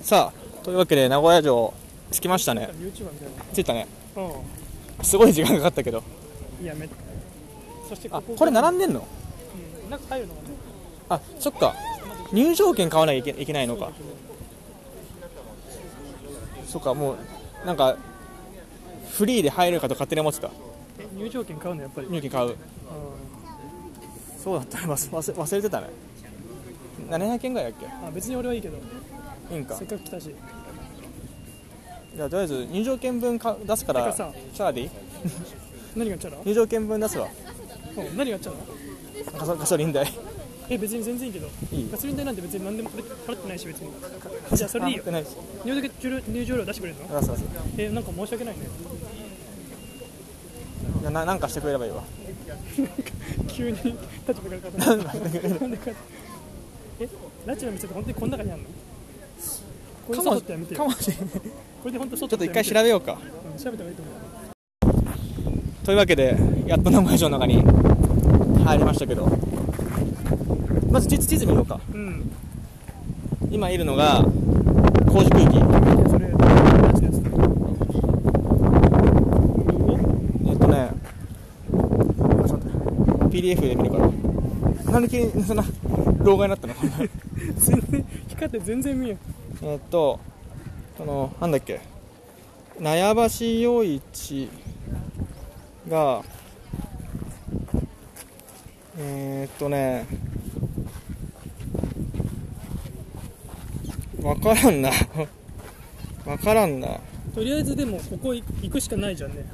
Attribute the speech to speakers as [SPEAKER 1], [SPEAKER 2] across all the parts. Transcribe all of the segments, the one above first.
[SPEAKER 1] さあというわけで名古屋城着きましたね
[SPEAKER 2] YouTuber みたい
[SPEAKER 1] 着いたね
[SPEAKER 2] な
[SPEAKER 1] すごい時間かかったけど
[SPEAKER 2] うんいやめそして
[SPEAKER 1] あ
[SPEAKER 2] ここ
[SPEAKER 1] これ並んでんの
[SPEAKER 2] うん中入るのがね
[SPEAKER 1] あそっか入場券買わなきゃいけいけないのかそっかもうなんかフリーで入れるかと勝手に思ってた
[SPEAKER 2] え入場券買うのやっぱり
[SPEAKER 1] 入金買う
[SPEAKER 2] うん
[SPEAKER 1] そうだったね忘忘忘れてたね700円ぐらいだっ
[SPEAKER 2] あ別に俺はいいけど
[SPEAKER 1] けいいんか
[SPEAKER 2] せっかく来たし
[SPEAKER 1] じゃあとりあえず入場券分か出すか
[SPEAKER 2] て
[SPEAKER 1] ら
[SPEAKER 2] かさ
[SPEAKER 1] チャラでいい
[SPEAKER 2] 何がチャラ
[SPEAKER 1] 入場券分出すわ
[SPEAKER 2] うん何がチャラ
[SPEAKER 1] ガソガソリン代
[SPEAKER 2] え別に全然いいけど
[SPEAKER 1] いい
[SPEAKER 2] ガソリン代なんて別に何でも払って払ってないし別にじゃあそれでいいよ
[SPEAKER 1] あないし
[SPEAKER 2] 入場券入場料出してくれるの
[SPEAKER 1] 出す出す
[SPEAKER 2] えなんか申し訳ないね
[SPEAKER 1] なななんかしてくれればいいわ
[SPEAKER 2] 急 に立場が変わったなんでかえラチの店って本当にこの中にあるのこれ外ってやめて
[SPEAKER 1] か
[SPEAKER 2] よ
[SPEAKER 1] もしれない
[SPEAKER 2] これで本当
[SPEAKER 1] ちょ
[SPEAKER 2] 外
[SPEAKER 1] っ
[SPEAKER 2] っ
[SPEAKER 1] と
[SPEAKER 2] て
[SPEAKER 1] 一
[SPEAKER 2] やめ
[SPEAKER 1] 回
[SPEAKER 2] て
[SPEAKER 1] 調
[SPEAKER 2] よ
[SPEAKER 1] べようか
[SPEAKER 2] うん調べた方がいいと思う
[SPEAKER 1] というわけでやっと名古屋城の中に入りましたけどまず地図地図見ようか
[SPEAKER 2] うん
[SPEAKER 1] 今いるのが麹区域
[SPEAKER 2] それラチのやつだ
[SPEAKER 1] えっとねあちょっと待って PDF で見るからなんで急にそんな老害になったの
[SPEAKER 2] 全然光って全然見えん
[SPEAKER 1] えっとこのなんだっけ納屋橋洋一がえー、っとねわからんな わからんな
[SPEAKER 2] とりあえずでもここい行くしかないじゃんね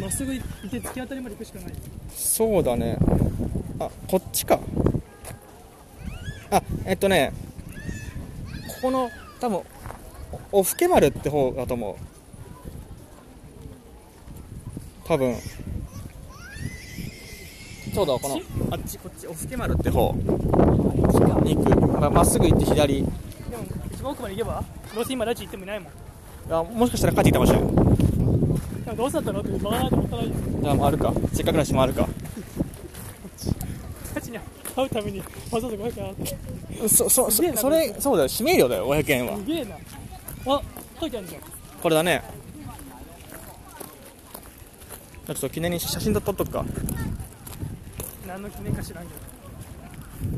[SPEAKER 2] まっすぐ行って突き当たりまで行くしかない
[SPEAKER 1] そうだねあこっちかあえっとねここの多分おおふけ丸って方だと思う多分そうだこのあっちこっちおふけ丸って方に行くままっすぐ行って左い
[SPEAKER 2] でも一番奥まで行けばどうせ今ラチ行ってもいないもん
[SPEAKER 1] やもしかしたら帰ってきたかもしれない
[SPEAKER 2] でもどうせだったらってバカなと思ったらいいよ
[SPEAKER 1] じゃあ回るかせっかくだし回るか
[SPEAKER 2] ラチに会うためにわざわざ500円払って
[SPEAKER 1] そそ
[SPEAKER 2] すげえ
[SPEAKER 1] そ
[SPEAKER 2] な
[SPEAKER 1] それそうだよ指名料だよ500円は
[SPEAKER 2] すげえなあ書いてあるじゃん
[SPEAKER 1] これだねちょっと記念に写真撮っとくか
[SPEAKER 2] 何の記念か知らんけど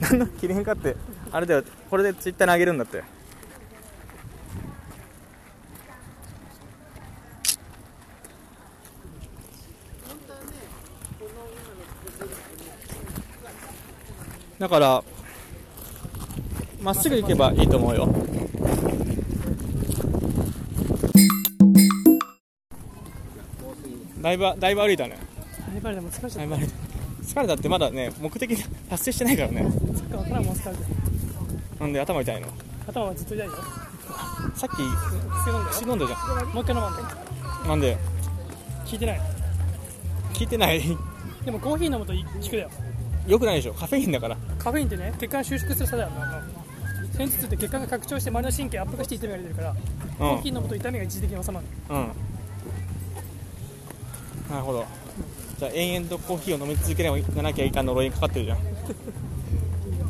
[SPEAKER 1] 何の記念かってあれだよこれでツイッターにあげるんだってだからまっすぐ行けばいいと思うよだいぶだいぶ歩いたね
[SPEAKER 2] やっぱりでも疲れち
[SPEAKER 1] だ
[SPEAKER 2] ゃ
[SPEAKER 1] い
[SPEAKER 2] っ
[SPEAKER 1] ぶ歩いた疲れたってまだね目的達成してないからね
[SPEAKER 2] た。サッカーからもう疲れてる。
[SPEAKER 1] なんで頭痛いの
[SPEAKER 2] 頭はずっと痛いよ。
[SPEAKER 1] さっき
[SPEAKER 2] 薬飲んだよ
[SPEAKER 1] 薬飲んだじゃ
[SPEAKER 2] もう一回飲まんで。
[SPEAKER 1] んなんで
[SPEAKER 2] 効いてない。
[SPEAKER 1] 聞いてない
[SPEAKER 2] でもコーヒー飲むとい効くだよ。
[SPEAKER 1] よくないでしょカフェインだから
[SPEAKER 2] カフェインってね、血管収縮する作用あるのあの。片頭痛って血管が拡張して周りの神経圧迫して痛みが出てるから、
[SPEAKER 1] うん
[SPEAKER 2] コーヒー飲むと痛みが一時的に収まる。
[SPEAKER 1] うんなるほどじゃあ延々とコーヒーを飲み続ければいかなきゃいかん呪いにかかってるじゃん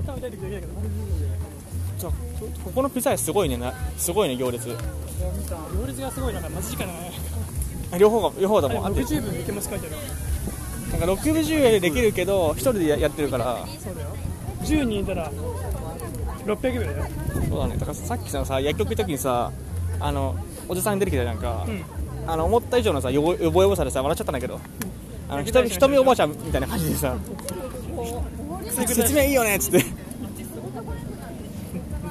[SPEAKER 2] 頭痛い時だけだけど。
[SPEAKER 1] じゃあこここのピザ屋すごいねなすごいね行列
[SPEAKER 2] 行列がすごいなんか待ち時間がない。
[SPEAKER 1] あ両方が両方だもん
[SPEAKER 2] あ
[SPEAKER 1] あ
[SPEAKER 2] れ
[SPEAKER 1] ってる
[SPEAKER 2] 60分で気も書いてある。
[SPEAKER 1] なんか60円でできるけど一人でややってるから
[SPEAKER 2] そうだよ。10人いたら600秒だよ。
[SPEAKER 1] そうだねだからさっきささ薬局行った時にさあのおじさん出てきたじゃんか、
[SPEAKER 2] うん。
[SPEAKER 1] あの思った以上のさよぼよぼよぼさでさ笑っちゃったんだけどあの人見人見おばあちゃんみたいな感じでさ説明いいよねっつって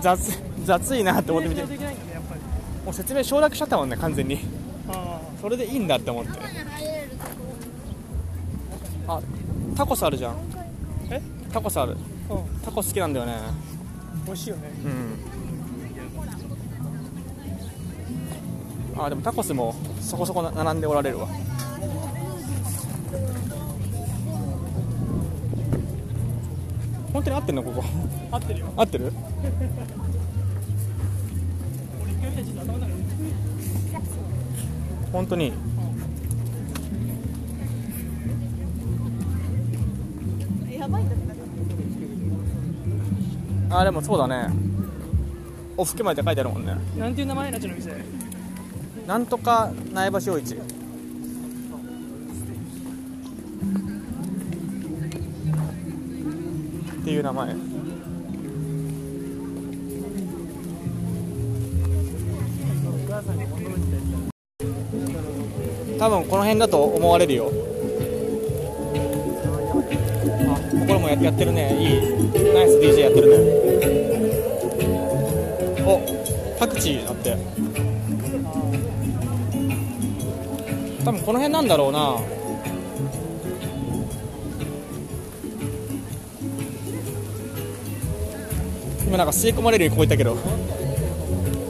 [SPEAKER 1] 雑雑いなって思ってみて
[SPEAKER 2] 説明できないんだね、やっぱり。
[SPEAKER 1] もう説明省略しちゃったもんね完全に
[SPEAKER 2] あ
[SPEAKER 1] それでいいんだって思ってあタコスあるじゃん
[SPEAKER 2] え
[SPEAKER 1] タコスある
[SPEAKER 2] あ。うん。
[SPEAKER 1] タコス好きなんだよね
[SPEAKER 2] 美味しいよね。
[SPEAKER 1] うんあでもタコスもそこそこな並んでおられるわ本当に合ってんのここ
[SPEAKER 2] 合ってるよ。
[SPEAKER 1] 合ってる
[SPEAKER 2] 俺一回見たらちょっと頭の中に
[SPEAKER 1] 本当にあでもそうだねおふけまでって書いてあるもんね
[SPEAKER 2] なんていう名前ラチの店
[SPEAKER 1] なんとか苗場正一っていう名前
[SPEAKER 2] お母さんが物持ちで
[SPEAKER 1] 多分この辺だと思われるよあここもややってるねいいナイス DJ やってるねおパクチーだって多分この辺なんだろうな今なんか吸い込まれる子いたけど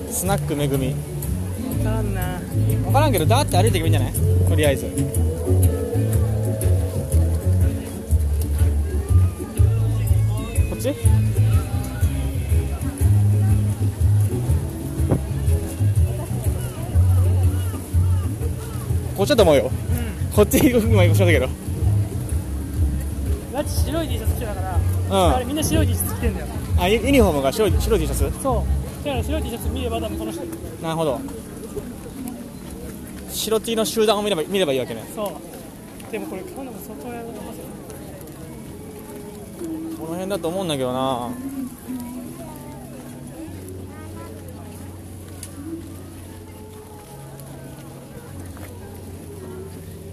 [SPEAKER 1] スナックめぐみ
[SPEAKER 2] 分からんな
[SPEAKER 1] 分からんけどだーって歩いていけばいいんじゃないとりあえずこっちこっちだと思うよ
[SPEAKER 2] う
[SPEAKER 1] こっち行く前越しましたけど
[SPEAKER 2] んラチ白い T シャツ着てたから、あれ
[SPEAKER 1] う
[SPEAKER 2] みんな白い T シャツ着てんだよ
[SPEAKER 1] んあユユニフォームが白い白い T シャツ
[SPEAKER 2] そうだから白い T シャツ見れば多分この人
[SPEAKER 1] なるほど白 T の集団を見れば見ればいいわけね
[SPEAKER 2] そうでもこれ買うのも相当やるのかもしれない
[SPEAKER 1] この辺だと思うんだけどな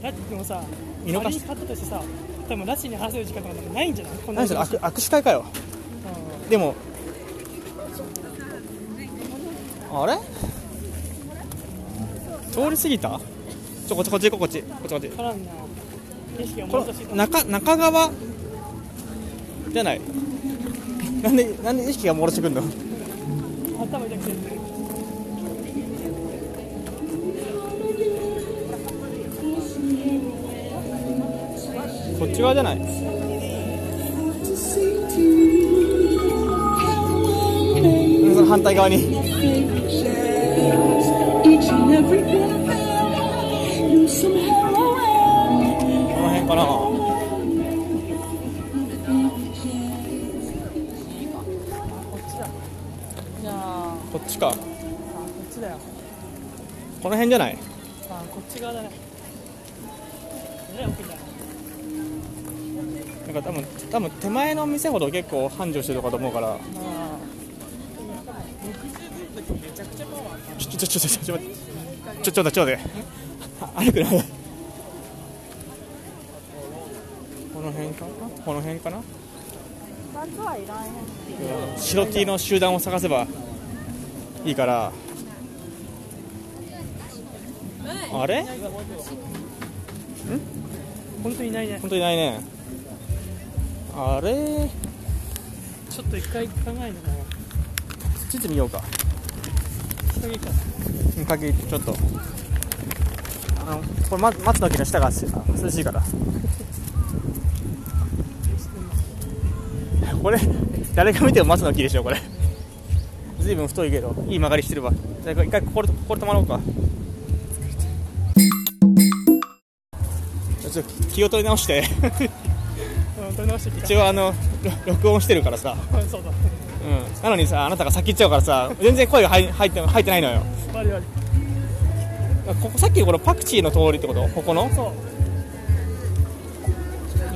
[SPEAKER 2] ラチでもさ
[SPEAKER 1] 見逃
[SPEAKER 2] 仮
[SPEAKER 1] し
[SPEAKER 2] に買ったとしてさ多分ラチに話せる時間とか多分ないんじゃないこんな
[SPEAKER 1] 何
[SPEAKER 2] に
[SPEAKER 1] それ握握手会かよでもあれ通り過ぎたちょこっちこっち行こうこっちこっちこっち
[SPEAKER 2] うんからんな景色を
[SPEAKER 1] こ
[SPEAKER 2] もう少し
[SPEAKER 1] の中中側じゃないなんでなんで意識が戻してくんの
[SPEAKER 2] 頭痛くて
[SPEAKER 1] こっち側じゃないうんその反対側に
[SPEAKER 3] Each and every bit of it, you somehow aware.
[SPEAKER 1] この辺かなこ
[SPEAKER 2] こっちだいやあ
[SPEAKER 1] っちか
[SPEAKER 2] こっちだよ
[SPEAKER 1] この辺じゃない
[SPEAKER 2] あこっち側だねえらい奥じゃん
[SPEAKER 1] なんか多分多分手前の店ほど結構繁盛してるかと思うから
[SPEAKER 2] あ
[SPEAKER 1] ちょちょちょちょちょちょちょちょちょ待って歩くなこの辺かなこの辺かな白 T の集団を探せばいいからあれ
[SPEAKER 2] 本当にいないね
[SPEAKER 1] 本当にいないねあれ
[SPEAKER 2] ちょっと一回考えるのかな
[SPEAKER 1] 地図見ようか
[SPEAKER 2] 人いいか
[SPEAKER 1] 鍵ちょっとあのこれま松の木の下がし涼しいから これ誰が見ても松の木でしょこれ随分太いけどいい曲がりしてるわじゃあ一回ここでここで止まろうかちょっと気を取り直して
[SPEAKER 2] うん取り直してき
[SPEAKER 1] 一応あのろ録音してるからさ、
[SPEAKER 2] たそうだ
[SPEAKER 1] うん、なのにさあなたが先行っちゃうからさ全然声が入入って入ってないのよ
[SPEAKER 2] 悪い悪い
[SPEAKER 1] ここさっきのこのパクチーの通りってことここの
[SPEAKER 2] そう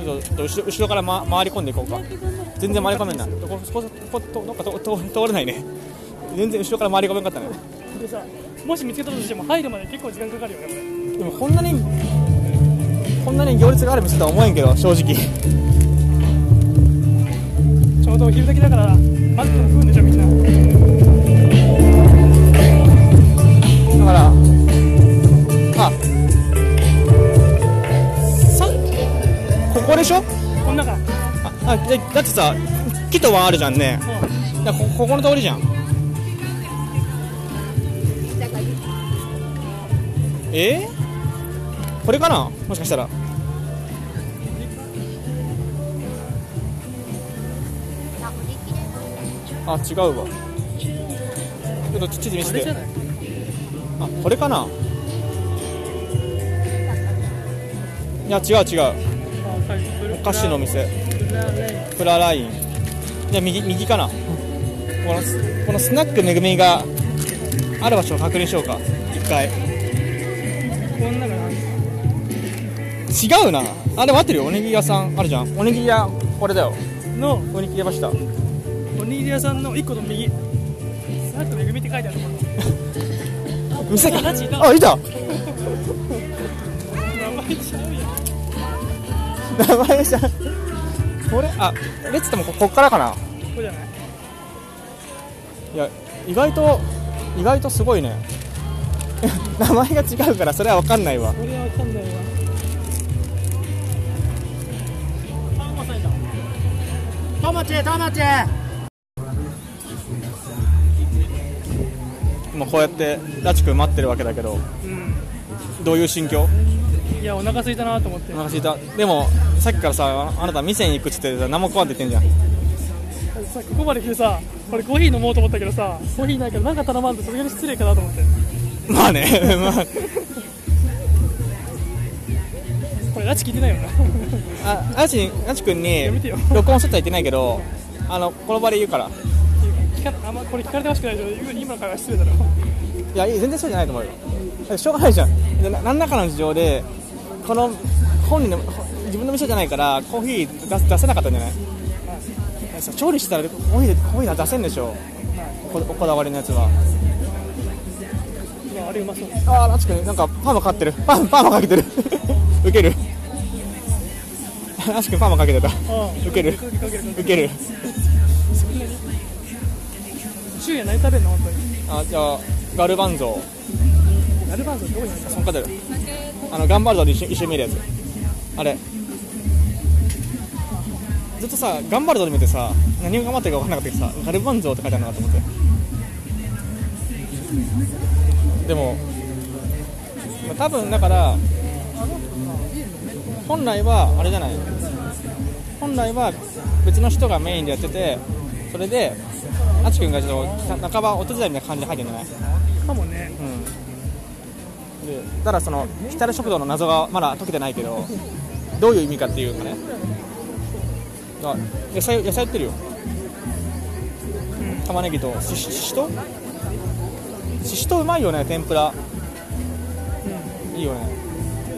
[SPEAKER 1] ちょっと後ろ後ろから、ま、回り込んでいこうか全然回り込めんなこここここなんかとと通れないね全然後ろから回り込めんかったね
[SPEAKER 2] でさもし見つけたとしても入るまで結構時間かかるよねこ
[SPEAKER 1] でもこんなにこんなに行列がある店とは思えんけど正直
[SPEAKER 2] れちょうどお昼時だからマスクも食うんでしょみんな
[SPEAKER 1] だからあさここでしょ
[SPEAKER 2] こん中うん
[SPEAKER 1] ああでだってさ木とはあるじゃんねだからこここの通りじゃんえー、これかなもしかしたらあ違うわちょっと地図見せ
[SPEAKER 2] あれじゃ
[SPEAKER 1] て
[SPEAKER 2] ない
[SPEAKER 1] あこれかないや違う違うお
[SPEAKER 2] お
[SPEAKER 1] 菓子のお店プララインじゃあ右右かなこのスこのスナックめぐみがある場所を確認しようか一回
[SPEAKER 2] こんなのがある
[SPEAKER 1] 違うなあれ待ってるよおにぎり屋さんあるじゃんおにぎり屋これだよ
[SPEAKER 2] の
[SPEAKER 1] おにぎり屋ました
[SPEAKER 2] おにぎり屋さんの一個の右スナックめぐみって書いてあるところ
[SPEAKER 1] 店
[SPEAKER 2] あ
[SPEAKER 1] か
[SPEAKER 2] マジだ
[SPEAKER 1] あいた
[SPEAKER 2] 名前ちゃうや
[SPEAKER 1] 名
[SPEAKER 2] ん
[SPEAKER 1] 前じゃんこれあ列ってもここっからかな
[SPEAKER 2] ここじゃない
[SPEAKER 1] いや意外と意外とすごいね 名前が違うからそれは分かんないわ
[SPEAKER 2] これはわかんないわあまさにだ
[SPEAKER 4] トマチェトマチェ
[SPEAKER 1] 今こうやってラチ君待ってるわけだけど
[SPEAKER 2] うん
[SPEAKER 1] どういう心境
[SPEAKER 2] いやお腹空いたなと思って
[SPEAKER 1] お腹すいたでもさっきからさあなた店に行くっつってさ何も食わんって言ってんじゃん
[SPEAKER 2] さここまで来てさ俺コーヒー飲もうと思ったけどさコーヒーないからなんか頼まんとそれが失礼かなと思って
[SPEAKER 1] まあね まあ
[SPEAKER 2] これ拉致聞いてないよ な
[SPEAKER 1] あラチラチ君に
[SPEAKER 2] やめてよ
[SPEAKER 1] 録音しとったら言ってないけどあのこの場で言うから
[SPEAKER 2] 聞かあんまこれ聞かれてほしくないでしょ今の会話失礼だろ
[SPEAKER 1] いやいい全然そうじゃないと思うよだってしょうがないじゃんでな何らかの事情でこの本人のほ自分の店じゃないからコーヒー出す出せなかったんじゃないだってさ調理してたらコーヒーコーヒー出せんでしょここだわりのやつは
[SPEAKER 2] うわあれうまそう
[SPEAKER 1] ああラチ君なんかパーマかかってるパンパーマかけてる ウケる ラチ君パーマかけてた
[SPEAKER 2] あ
[SPEAKER 1] ウケる
[SPEAKER 2] かけかける
[SPEAKER 1] ウケる
[SPEAKER 2] 昼夜何食べんの本当に
[SPEAKER 1] あじゃあガルバンゾ
[SPEAKER 2] アルバンゾどこにある
[SPEAKER 1] ーそんかてるあの頑張るぞで一瞬一瞬見るやつあれずっとさ頑張るぞで見てさ何を頑張ってるか分からなかったけどさガルバンゾーって書いてあるのかと思ってでもまあ多分だから本来はあれじゃない本来は別の人がメインでやっててそれであちくんがちょっと半ばお手伝いみたいな感じで入ってるんじゃない
[SPEAKER 2] かもね
[SPEAKER 1] うん、でただその浸る食堂の謎がまだ解けてないけどどういう意味かっていうかねあ野菜野菜売ってるよ玉ねぎとしししとししとうまいよね天ぷらいいよね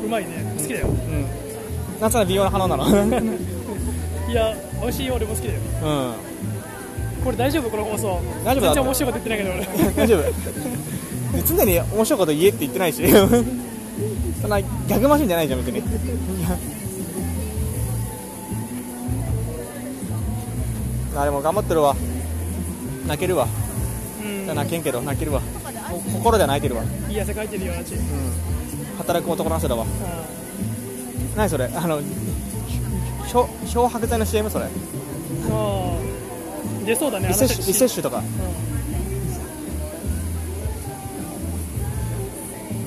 [SPEAKER 2] うまいね好きだよ
[SPEAKER 1] うん夏は美容の花なの うん
[SPEAKER 2] いや美味しいよ俺も好きだよこれ大丈夫この放送
[SPEAKER 1] 大丈夫だ
[SPEAKER 2] 全然面白いこと言ってないけど
[SPEAKER 1] 大丈夫で常に面白いこと言えって言ってないしそんなギャグマシンじゃないじゃん別にあでも頑張ってるわ泣けるわ
[SPEAKER 2] 俺
[SPEAKER 1] 泣けんけど泣けるわこ心では泣いてるわ、
[SPEAKER 2] うんいい汗かいてるよラチ
[SPEAKER 1] 働く男の人だわ
[SPEAKER 2] あ
[SPEAKER 1] 何それあの漂漂白剤の CM それ
[SPEAKER 2] ーあー出そうだね
[SPEAKER 1] リセッ
[SPEAKER 2] あ
[SPEAKER 1] シ
[SPEAKER 2] な
[SPEAKER 1] ュ
[SPEAKER 2] た
[SPEAKER 1] リセッシュとか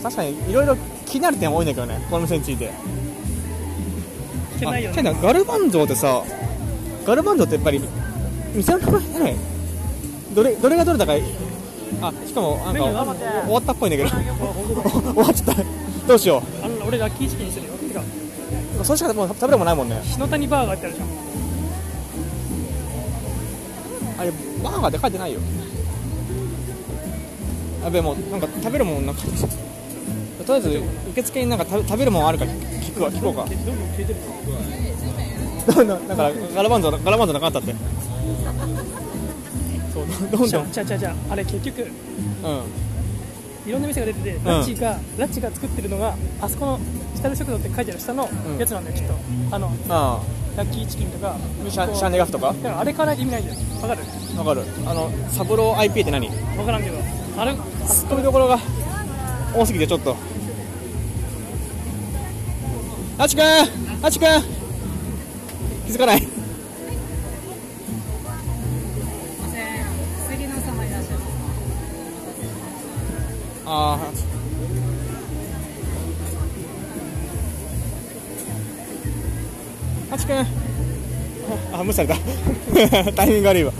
[SPEAKER 1] 確かにいろいろ気になる点多いんだけどねこの店について
[SPEAKER 2] うんいけないよ
[SPEAKER 1] あ
[SPEAKER 2] ね
[SPEAKER 1] てかガルバンゾーってさガルバンゾーってやっぱり店の名前じゃないどれどれがどれだかあしかもなんか
[SPEAKER 2] メニュー
[SPEAKER 1] お
[SPEAKER 2] 頑張って
[SPEAKER 1] 終わったっぽいんだけど 終わっちゃったどうしよ
[SPEAKER 2] あの俺ラッキーチキンにするよてか
[SPEAKER 1] うそれしかもう食べるもんないもんね
[SPEAKER 2] 日の谷バーガーってあるじゃん
[SPEAKER 1] あれバーガーって書いてないよやべえもうなんか食べるもんなんかったとりあえず受付になんか食べ食べるもんあるか聞くわ聞こうか
[SPEAKER 2] えどんどん消えてる
[SPEAKER 1] どん どんだからガラバンゾーガラバンゾーなかったってそうどん
[SPEAKER 2] じ
[SPEAKER 1] ど
[SPEAKER 2] ゃ
[SPEAKER 1] ん
[SPEAKER 2] じゃじゃじゃあれ結局
[SPEAKER 1] うん
[SPEAKER 2] いろんな店が出てて、ラッチがラッチが作ってるのがあそこの下の食堂って書いてある下の
[SPEAKER 1] うん
[SPEAKER 2] やつなんだよ、きっとあの
[SPEAKER 1] ああ
[SPEAKER 2] ラッキーチキンとか
[SPEAKER 1] シャシャンデガフとか
[SPEAKER 2] だからあれ買わないと意味ないんだよわかる
[SPEAKER 1] わかるあのサブロー IP って何ツ
[SPEAKER 2] わからんけどあれ
[SPEAKER 1] ッコミどころが多すぎてちょっとあちくんあちくん気づかない
[SPEAKER 5] 杉野様いらっしゃいます。
[SPEAKER 1] あああちくんああ無視された タイミング悪いわ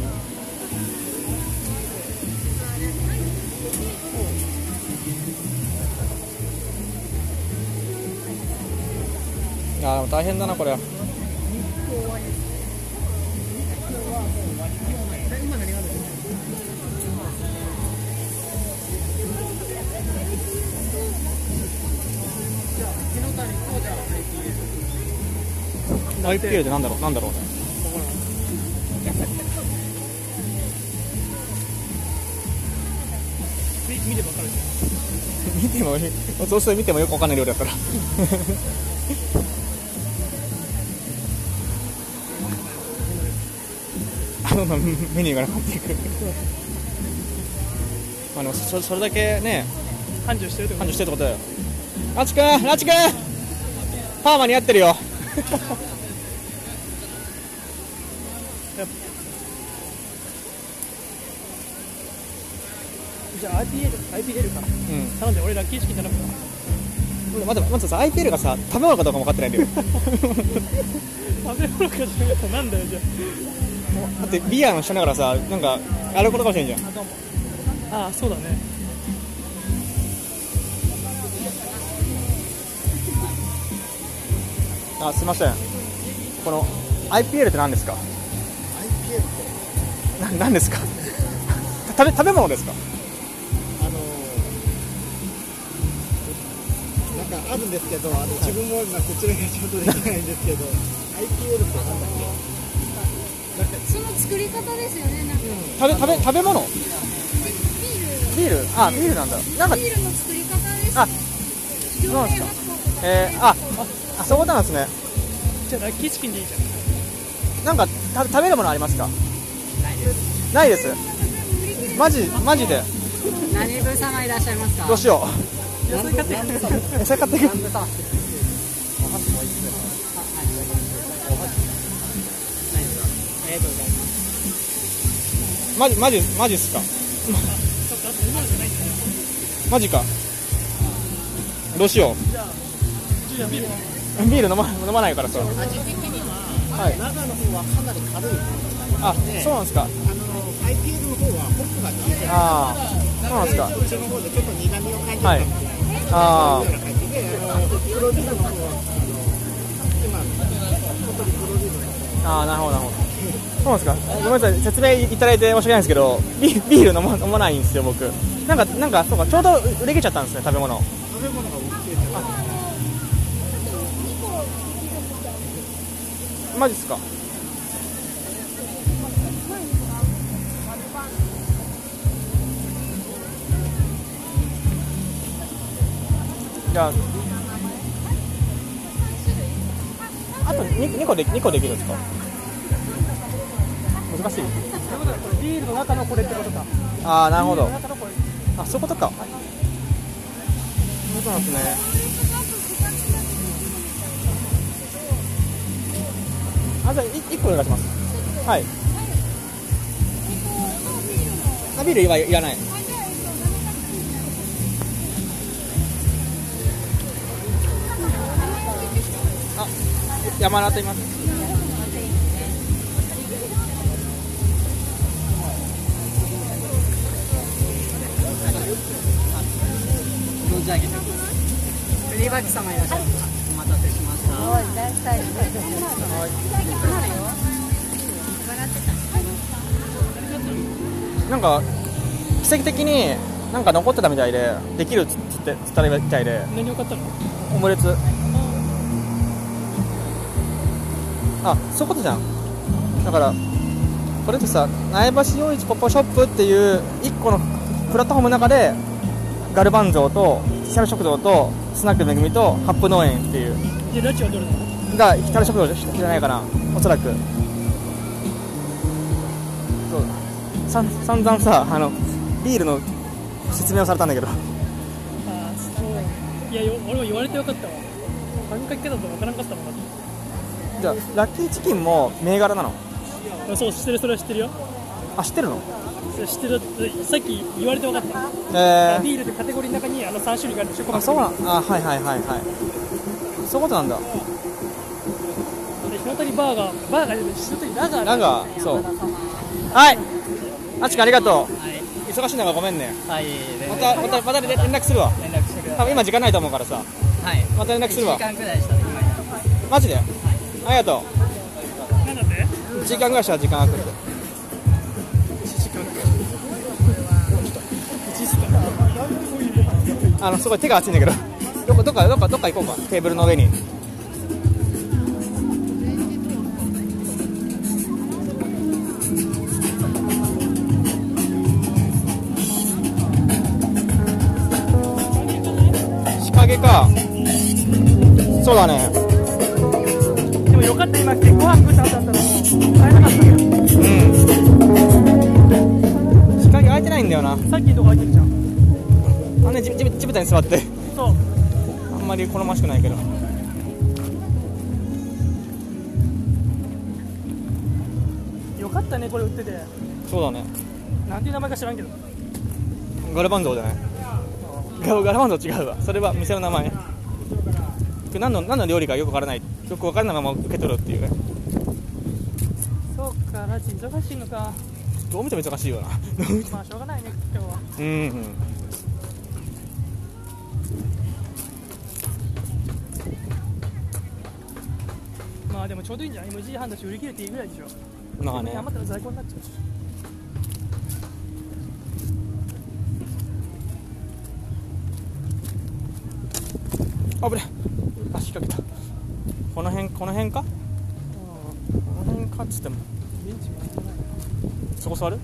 [SPEAKER 1] いやーでも大変だなこれはアイ p ールってなんだろうなんだろうね
[SPEAKER 2] 見見れば分かるじゃ
[SPEAKER 1] 見てもそうする見てもよくわかんない料理だからあどんどんメニューがなくなっていくま あでもそそれだけね
[SPEAKER 2] ん繁盛してるってこ
[SPEAKER 1] 繁
[SPEAKER 2] と
[SPEAKER 1] 盛してるってことだよラチくんラチくんパーマ似合ってるよ
[SPEAKER 2] じゃあ IPL, IPL か
[SPEAKER 1] うん
[SPEAKER 2] 頼んで俺ラッキーチキン頼むか
[SPEAKER 1] 待って待ってさ IPL がさ食べ物かどうかも分かってないんだよ
[SPEAKER 2] 食べ物かじゃなかったらなんだよじゃ
[SPEAKER 1] だってビアの人ながらさなんかあれことかもしれんじゃん
[SPEAKER 2] ああーそうだね
[SPEAKER 1] あすいませんこの IPL って何ですか IPL って何ですか 食べ食べ物ですか
[SPEAKER 5] あのなんかあるんですけど、あの自分も今こちらがちょっとできないんですけど、IPL ってなんだっ
[SPEAKER 6] その作り方ですよねなんか
[SPEAKER 1] 食べ食べ食べ物
[SPEAKER 6] ビー
[SPEAKER 1] ビールあビールなんだなんか
[SPEAKER 6] ルビールの作り方です
[SPEAKER 1] あ
[SPEAKER 6] 業
[SPEAKER 1] なん
[SPEAKER 6] 名
[SPEAKER 1] す
[SPEAKER 6] 学校と
[SPEAKER 1] か
[SPEAKER 6] か
[SPEAKER 1] えー、ああそういうことなんですね
[SPEAKER 2] じゃあラッキーチキンでいいじゃん
[SPEAKER 1] なんかた食べるものありますかないですマジマジで
[SPEAKER 6] 何部様いらっしゃいますか
[SPEAKER 1] どうしよ
[SPEAKER 2] 野菜買ってくる
[SPEAKER 1] うえそれ買ってくる
[SPEAKER 4] ありがとうございます。
[SPEAKER 1] マジマジマジっすか
[SPEAKER 2] そっか今のじゃないんだよ
[SPEAKER 1] マジかどうしよ
[SPEAKER 2] じゃあビール
[SPEAKER 1] うビール飲ま飲まないからさ
[SPEAKER 5] 味的には、
[SPEAKER 1] はい
[SPEAKER 5] 長の方はかなり軽い。
[SPEAKER 1] あそうなんですか
[SPEAKER 5] あの IPL の方はホップが効いてる。
[SPEAKER 1] ああそうなんですか
[SPEAKER 5] こっちの方でちょっと苦味を感じる
[SPEAKER 1] はいああ
[SPEAKER 5] ような感じで、あのプロデュースの方は
[SPEAKER 1] ああなるほどなるほどそうなんですかごめんなさい説明いただいて申し訳ないんですけどビビール飲ま飲まないんですよ僕なんかなんかそうかちょうど売れ切れちゃったんですね食べ物
[SPEAKER 5] 食べ物が大きい。
[SPEAKER 1] マジっすかじゃああと 2, 個で二個できるんですか難しい
[SPEAKER 2] ってことはこれビールの中のこれってことか
[SPEAKER 1] ああなるほど
[SPEAKER 2] 中のこれ
[SPEAKER 1] あそういうことか。そうなんですね。あじゃあい一個お願いします。はい。あビールはいらない。あ山田と言います。
[SPEAKER 4] 存じ上げてます。リバキ様いらっしゃいます。お待たせしました。
[SPEAKER 1] なんか奇跡的になんか残ってたみたいでできるっつってつったみたいで
[SPEAKER 2] 何を買ったの
[SPEAKER 1] オムレツ。あそういうことじゃん。だからこれってさ苗場市洋一ポッポショップっていう一個のプラットフォームの中でガルバンゾーとヒサル食堂とスナックめぐみとハップ農園っていう
[SPEAKER 2] でラチはどれなの
[SPEAKER 1] がヒサル食堂じゃないかなおそらくそうさん散々さあのビールの説明をされたんだけど
[SPEAKER 2] ああそういやよ俺も言われてよかったわ感覚けだと分からんかったもんだっ
[SPEAKER 1] じゃあラッキーチキンも銘柄なの
[SPEAKER 2] てそう知ってるそれは知ってるよ
[SPEAKER 1] あ知ってるの
[SPEAKER 2] それ知ってるってさっき言われて分かった
[SPEAKER 1] えー
[SPEAKER 2] ビールってカテゴリーの中にあの3種類があるでしょ
[SPEAKER 1] あそうなんあはいはいはいはいそういうことなんだ
[SPEAKER 2] で日のりバーガーバーガーじゃない日のりラガー
[SPEAKER 1] なんかそうはいあちくんありがとう、忙しい中ごめんね
[SPEAKER 4] はい、連
[SPEAKER 1] またまたまた連絡するわ
[SPEAKER 4] 絡してくだ
[SPEAKER 1] 多
[SPEAKER 4] さい。
[SPEAKER 1] 分今時間ないと思うからさ
[SPEAKER 4] はい。
[SPEAKER 1] また連絡するわ
[SPEAKER 4] 1時間くらいしたら今に
[SPEAKER 1] マジでありがと
[SPEAKER 2] なんだって
[SPEAKER 1] う1時間ぐらいしたら時間空くんで
[SPEAKER 2] 1時間
[SPEAKER 1] あのすごい手が熱いんだけどどこどっかどっかどっか行こうかテーブルの上に日陰かそうだね
[SPEAKER 2] でもよかった今来てご飯食った後だったらもう会えなかったけど
[SPEAKER 1] うん日陰空いてないんだよな
[SPEAKER 2] さっきのとこ入ってるじゃん
[SPEAKER 1] あんな地地地べたに座って
[SPEAKER 2] そう
[SPEAKER 1] あんまり好ましくないけど
[SPEAKER 2] よかったねこれ売ってて
[SPEAKER 1] そうだね
[SPEAKER 2] なんていう名前か知らんけど
[SPEAKER 1] ガラバンゾじゃないガガラバンゾ違うわそれは店の名前何の何の料理かよくわからないよくわからないまま受け取るっていう
[SPEAKER 2] そうかラジ忙しいのか
[SPEAKER 1] どう見ても忙しいよな
[SPEAKER 2] まあしょうがないね今日は
[SPEAKER 1] うん、うん、
[SPEAKER 2] まあでもちょうどいいんじゃない MG 半だし売り切れていいぐらいでしょ
[SPEAKER 1] まあね
[SPEAKER 2] 余ったら在庫になっちゃうし
[SPEAKER 1] 危ない足引っ掛けたこの辺この辺かこの辺かっつっても
[SPEAKER 2] ベンチも少ない
[SPEAKER 1] そこ座るこ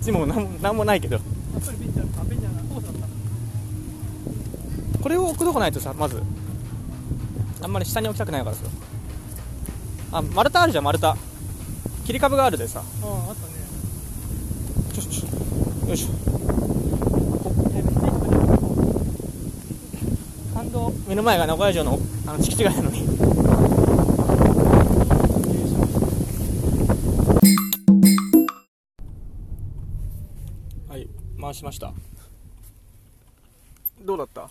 [SPEAKER 1] っちもなんもなんもないけど
[SPEAKER 2] やっぱりベンチあるあベンチじゃないコースだった
[SPEAKER 1] これを置くとこないとさまずあんまり下に置きたくないからさあ丸太あるじゃん丸太切り株があるでさ
[SPEAKER 2] あああったね
[SPEAKER 1] ちょちょちょよいしょ
[SPEAKER 2] えベンチも感動
[SPEAKER 1] 目の前が名古屋城のあの敷地外なのにはい回しましたどうだった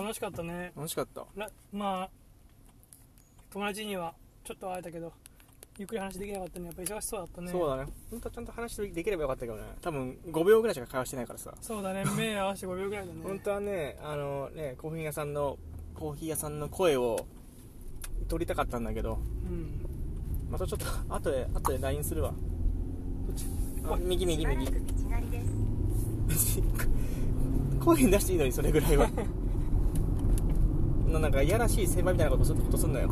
[SPEAKER 2] 楽しかったね
[SPEAKER 1] 楽しかった
[SPEAKER 2] らまあ友達にはちょっと会えたけどゆっくり話できなかったねやっぱ忙しそうだったね
[SPEAKER 1] そうだね本当はちゃんと話できればよかったけどね多分5秒ぐらいしか会話してないからさ、
[SPEAKER 2] そうだ ね目合わせて5秒ぐらいだね
[SPEAKER 1] 本当はねあのねコーヒー屋さんのコーヒー屋さんの声を撮りたかったんだけど
[SPEAKER 2] うん
[SPEAKER 1] またちょっと後で後で LINE するわこっちあ右右右別に 声に出していいのにそれぐらいは ななんかいやらしい狭いみたいなことすことすんなよ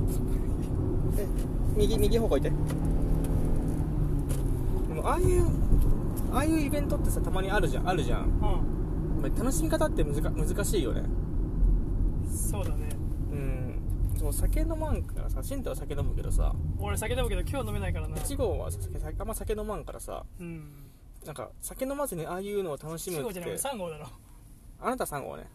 [SPEAKER 1] え右右方向行ってでもああいうああいうイベントってさたまにあるじゃんあるじゃん
[SPEAKER 2] う
[SPEAKER 1] まあ楽しみ方ってむずか難しいよね
[SPEAKER 2] んそうだね
[SPEAKER 1] うんそう酒飲まんからさシンタは酒飲むけどさ
[SPEAKER 2] 俺酒飲むけど今日飲めないからな
[SPEAKER 1] 1号はさ酒酒あんま酒飲まんからさ
[SPEAKER 2] うん
[SPEAKER 1] なんか酒飲まずにああいうのを楽しむ
[SPEAKER 2] 1号
[SPEAKER 1] っ
[SPEAKER 2] じゃなく
[SPEAKER 1] て
[SPEAKER 2] て3号だろ
[SPEAKER 1] あなた3号ね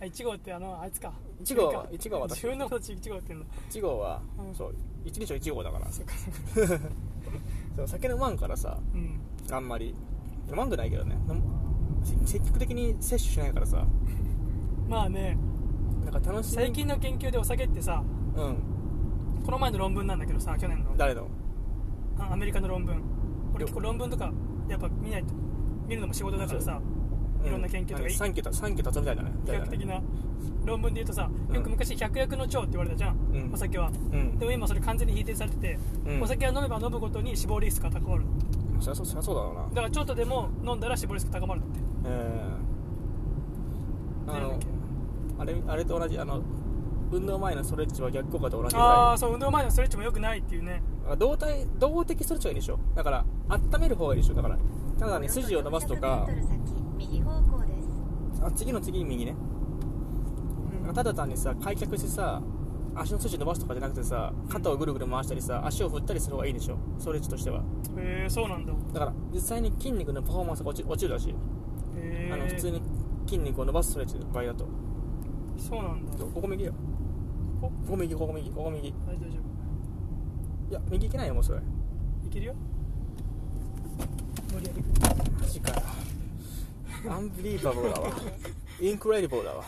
[SPEAKER 2] あ1号ってあのあいつか
[SPEAKER 1] 1号
[SPEAKER 2] 君
[SPEAKER 1] は
[SPEAKER 2] か
[SPEAKER 1] 1号は私
[SPEAKER 2] 自分のこと1号って言うんだ
[SPEAKER 1] 1号は、
[SPEAKER 2] うん
[SPEAKER 1] そう一人称1号だから
[SPEAKER 2] そっかそっか
[SPEAKER 1] そう酒飲まんからさ
[SPEAKER 2] うん
[SPEAKER 1] あんまり飲まんくないけどね飲むせ積極的に摂取しないからさ
[SPEAKER 2] まあね
[SPEAKER 1] なんか楽しみ
[SPEAKER 2] 最近の研究でお酒ってさ
[SPEAKER 1] うん
[SPEAKER 2] この前の論文なんだけどさ去年の
[SPEAKER 1] 誰の
[SPEAKER 2] あアメリカの論文俺結構論文とかやっぱ見ないと見るのも仕事だからさいろんな研究とかい
[SPEAKER 1] 3桁3桁立つみたいだね
[SPEAKER 2] 比較的な論文で言うとさ
[SPEAKER 1] うん
[SPEAKER 2] よく昔百薬の長って言われたじゃん、
[SPEAKER 1] うん
[SPEAKER 2] お酒は
[SPEAKER 1] うん
[SPEAKER 2] でも今それ完全に否定されてて、
[SPEAKER 1] うん
[SPEAKER 2] お酒は飲めば飲むごとに死亡リスクが高まる
[SPEAKER 1] そりゃそうそりゃそうだろうな
[SPEAKER 2] だからちょっとでも飲んだら死亡リスク高まるんだって
[SPEAKER 1] えー、あ
[SPEAKER 2] なんだ
[SPEAKER 1] の
[SPEAKER 2] っけ
[SPEAKER 1] あれあれと同じあの運動前のストレッチは逆効果と同じぐ
[SPEAKER 2] あ
[SPEAKER 1] ら
[SPEAKER 2] あそう運動前のストレッチも良くないっていうね
[SPEAKER 1] い動体動的ストレッチがいいでしょだから温める方がいいでしょだからただね筋を伸ばすとか
[SPEAKER 6] 右方向です。
[SPEAKER 1] あ次の次に右ねただ単にさ開脚してさ足の筋伸ばすとかじゃなくてさ肩をぐるぐる回したりさ足を振ったりする方がいいでしょストレッチとしては
[SPEAKER 2] へえー、そうなんだへ
[SPEAKER 1] だから実際に筋肉のパフォーマンスが落ち落ちるらしい、
[SPEAKER 2] え
[SPEAKER 1] あの普通に筋肉を伸ばすストレッチの場合だと
[SPEAKER 2] そうなんだ
[SPEAKER 1] ここ右よ
[SPEAKER 2] こ
[SPEAKER 1] ここ右ここ右ここ右
[SPEAKER 2] 大丈夫大丈
[SPEAKER 1] いや、右行けないよ、もうそれ。
[SPEAKER 2] 夫いけるよ無理やり
[SPEAKER 1] マジかよ。アンブリーバボーだ わ。インクレディボーだわ。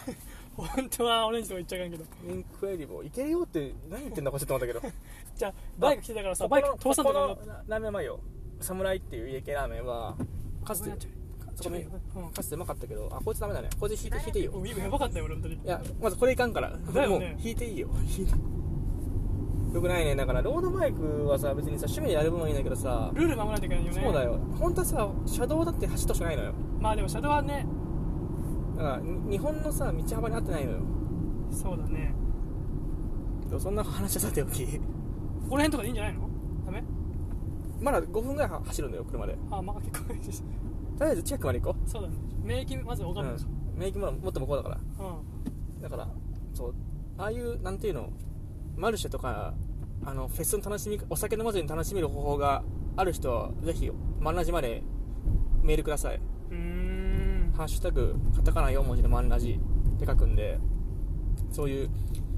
[SPEAKER 2] 本当はオレンジとか言っちゃいかんけど
[SPEAKER 1] インクレディボー。いけるよって、何言ってんだかちょっと待ったけど。
[SPEAKER 2] じゃあバイク来てたからさ
[SPEAKER 1] ここ
[SPEAKER 2] バイ
[SPEAKER 1] の
[SPEAKER 2] ク倒さんと
[SPEAKER 1] こ
[SPEAKER 2] か
[SPEAKER 1] このラーメンうまいよ。サムライっていう家系ラーメンは、かつて、そこね
[SPEAKER 2] うん
[SPEAKER 1] かつてうまかったけど、あ、こいつダメだね。こいつ引いて、引いていいよ。
[SPEAKER 2] 今やばかったよ俺本当に
[SPEAKER 1] いや、まずこれいかんから。
[SPEAKER 2] だよ
[SPEAKER 1] もう
[SPEAKER 2] ね、
[SPEAKER 1] 引いていいよ。引いて。よくないねだからロードバイクはさ別にさ趣味でやる分はいいんだけどさ
[SPEAKER 2] ルール守らないといけないよね
[SPEAKER 1] そうだよ本当はさ車道だって走ってほしくないのよ
[SPEAKER 2] まあでも車道はね
[SPEAKER 1] だからに日本のさ道幅に合ってないのよ
[SPEAKER 2] そうだね
[SPEAKER 1] でもそんな話はさておき
[SPEAKER 2] ここら辺とかでいいんじゃないのダメ
[SPEAKER 1] まだ5分ぐらいは走るんだよ車でと
[SPEAKER 2] ああまあ結構いいです
[SPEAKER 1] りあえず近くまで行こ
[SPEAKER 2] そうだね免疫まず分
[SPEAKER 1] う
[SPEAKER 2] か
[SPEAKER 1] う
[SPEAKER 2] るんでしょ
[SPEAKER 1] ん免疫も持ってもこうだから
[SPEAKER 2] うん、
[SPEAKER 1] だからそうああいうなんていうのマルシェとかあのフェスの楽しみお酒飲まずに楽しめる方法がある人はぜひマンラジまでメールくださいう
[SPEAKER 2] ーん
[SPEAKER 1] ハッシュタグカタカナ4文字でマンラジって書くんでそういう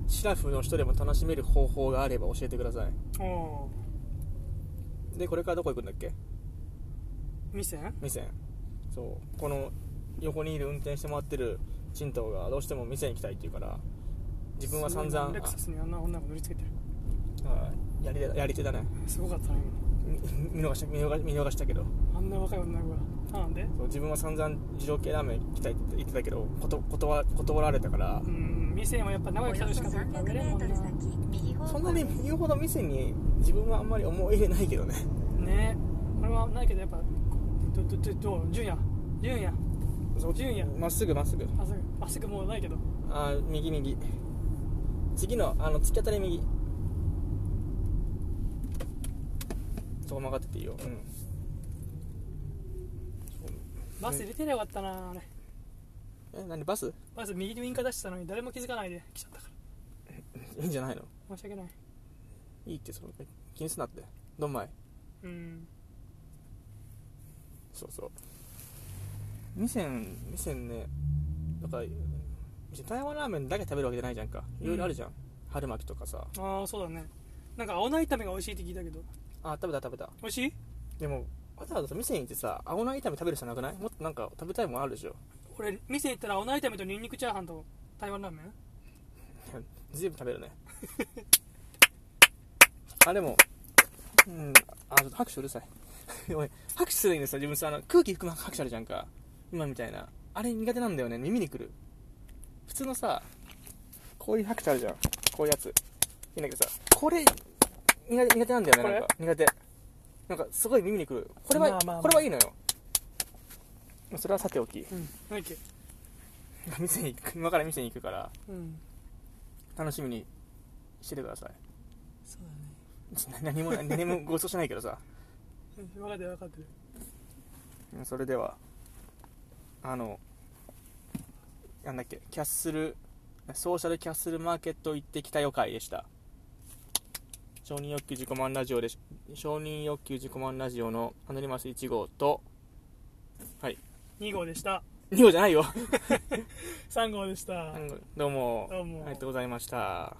[SPEAKER 1] シラフの人でも楽しめる方法があれば教えてください
[SPEAKER 2] おお
[SPEAKER 1] でこれからどこ行くんだっけ
[SPEAKER 2] 店
[SPEAKER 1] 店そうこの横にいる運転してもらってるチンタオがどうしても店に行きたいって言うから自分は散々
[SPEAKER 2] レクサスにあんな女が乗りつけてる
[SPEAKER 1] はいやりやり手だね
[SPEAKER 2] すごかったな
[SPEAKER 1] み 見逃した見逃見逃したけど
[SPEAKER 2] 今あんな若い女の子がなんで
[SPEAKER 1] そう自分は散々二郎系ラーメン行きたいって言ってたけどこと断断られたから
[SPEAKER 2] うん店もやっぱ名古屋来た時しか食べれんもんな
[SPEAKER 1] そんなに言うほど店に自分はあんまり思い入れないけどね
[SPEAKER 2] ねこれはないけどやっぱどどどどう純也純也
[SPEAKER 1] そう
[SPEAKER 2] 順や
[SPEAKER 1] まっすぐまっすぐ
[SPEAKER 2] あそこあそこもうないけど
[SPEAKER 1] あー右右次のあの突き当たり右そこ曲がってていいようん
[SPEAKER 2] バス入れてりゃよかったなあれ
[SPEAKER 1] え何バス
[SPEAKER 2] バス右にウインカー出してたのに誰も気づかないで来ちゃったか
[SPEAKER 1] いいんじゃないの
[SPEAKER 2] ら申し訳ない
[SPEAKER 1] いいってその気にすんなってどんまい
[SPEAKER 2] うん
[SPEAKER 1] そうそう2000 2000ねだから別に台湾ラーメンだけ食べるわけじゃないじゃんかいろいろあるじゃん、春巻きとかさ
[SPEAKER 2] ああそうだねなんか青菜炒めが美味しいって聞いたけど
[SPEAKER 1] あ食べた食べた
[SPEAKER 2] 美味しい
[SPEAKER 1] でもわざわざさ店に行ってさ青菜炒め食べる人なくないもっとなんか食べたいもんあるでしょ
[SPEAKER 2] 俺店行ったら青菜炒めとニンニクチャーハンと台湾ラーメン
[SPEAKER 1] 随分食 べるねあでもうんあちょっと拍手うるさいおい 拍手するんですよ自分さあの空気含む拍手あるじゃんか今みたいなあれ苦手なんだよね耳にくる普通のさこういう拍手あるじゃんこういうやついいんだけどさこれ苦手苦手なんだよね
[SPEAKER 2] これ
[SPEAKER 1] なんか苦手なんかすごい耳にくるこれは、
[SPEAKER 2] まあまあまあ
[SPEAKER 1] これはいいのよそれはさてお き
[SPEAKER 2] うん何っけ
[SPEAKER 1] 店に行く今から店に行くから
[SPEAKER 2] うん
[SPEAKER 1] 楽しみにしててください
[SPEAKER 2] そうだね
[SPEAKER 1] 何も何もご馳走しないけどさ
[SPEAKER 2] 分かってる分かってる
[SPEAKER 1] うんそれではあのなんだっけキャッスルソーシャルキャッスルマーケット行ってきたよ会でした承認欲求自己満ラジオでし承認欲求自己満ラジオのアノニマス1号と
[SPEAKER 2] 2号でした
[SPEAKER 1] 2号じゃないよ
[SPEAKER 2] 3号でした
[SPEAKER 1] どうも
[SPEAKER 2] どうも
[SPEAKER 1] ありがとうございました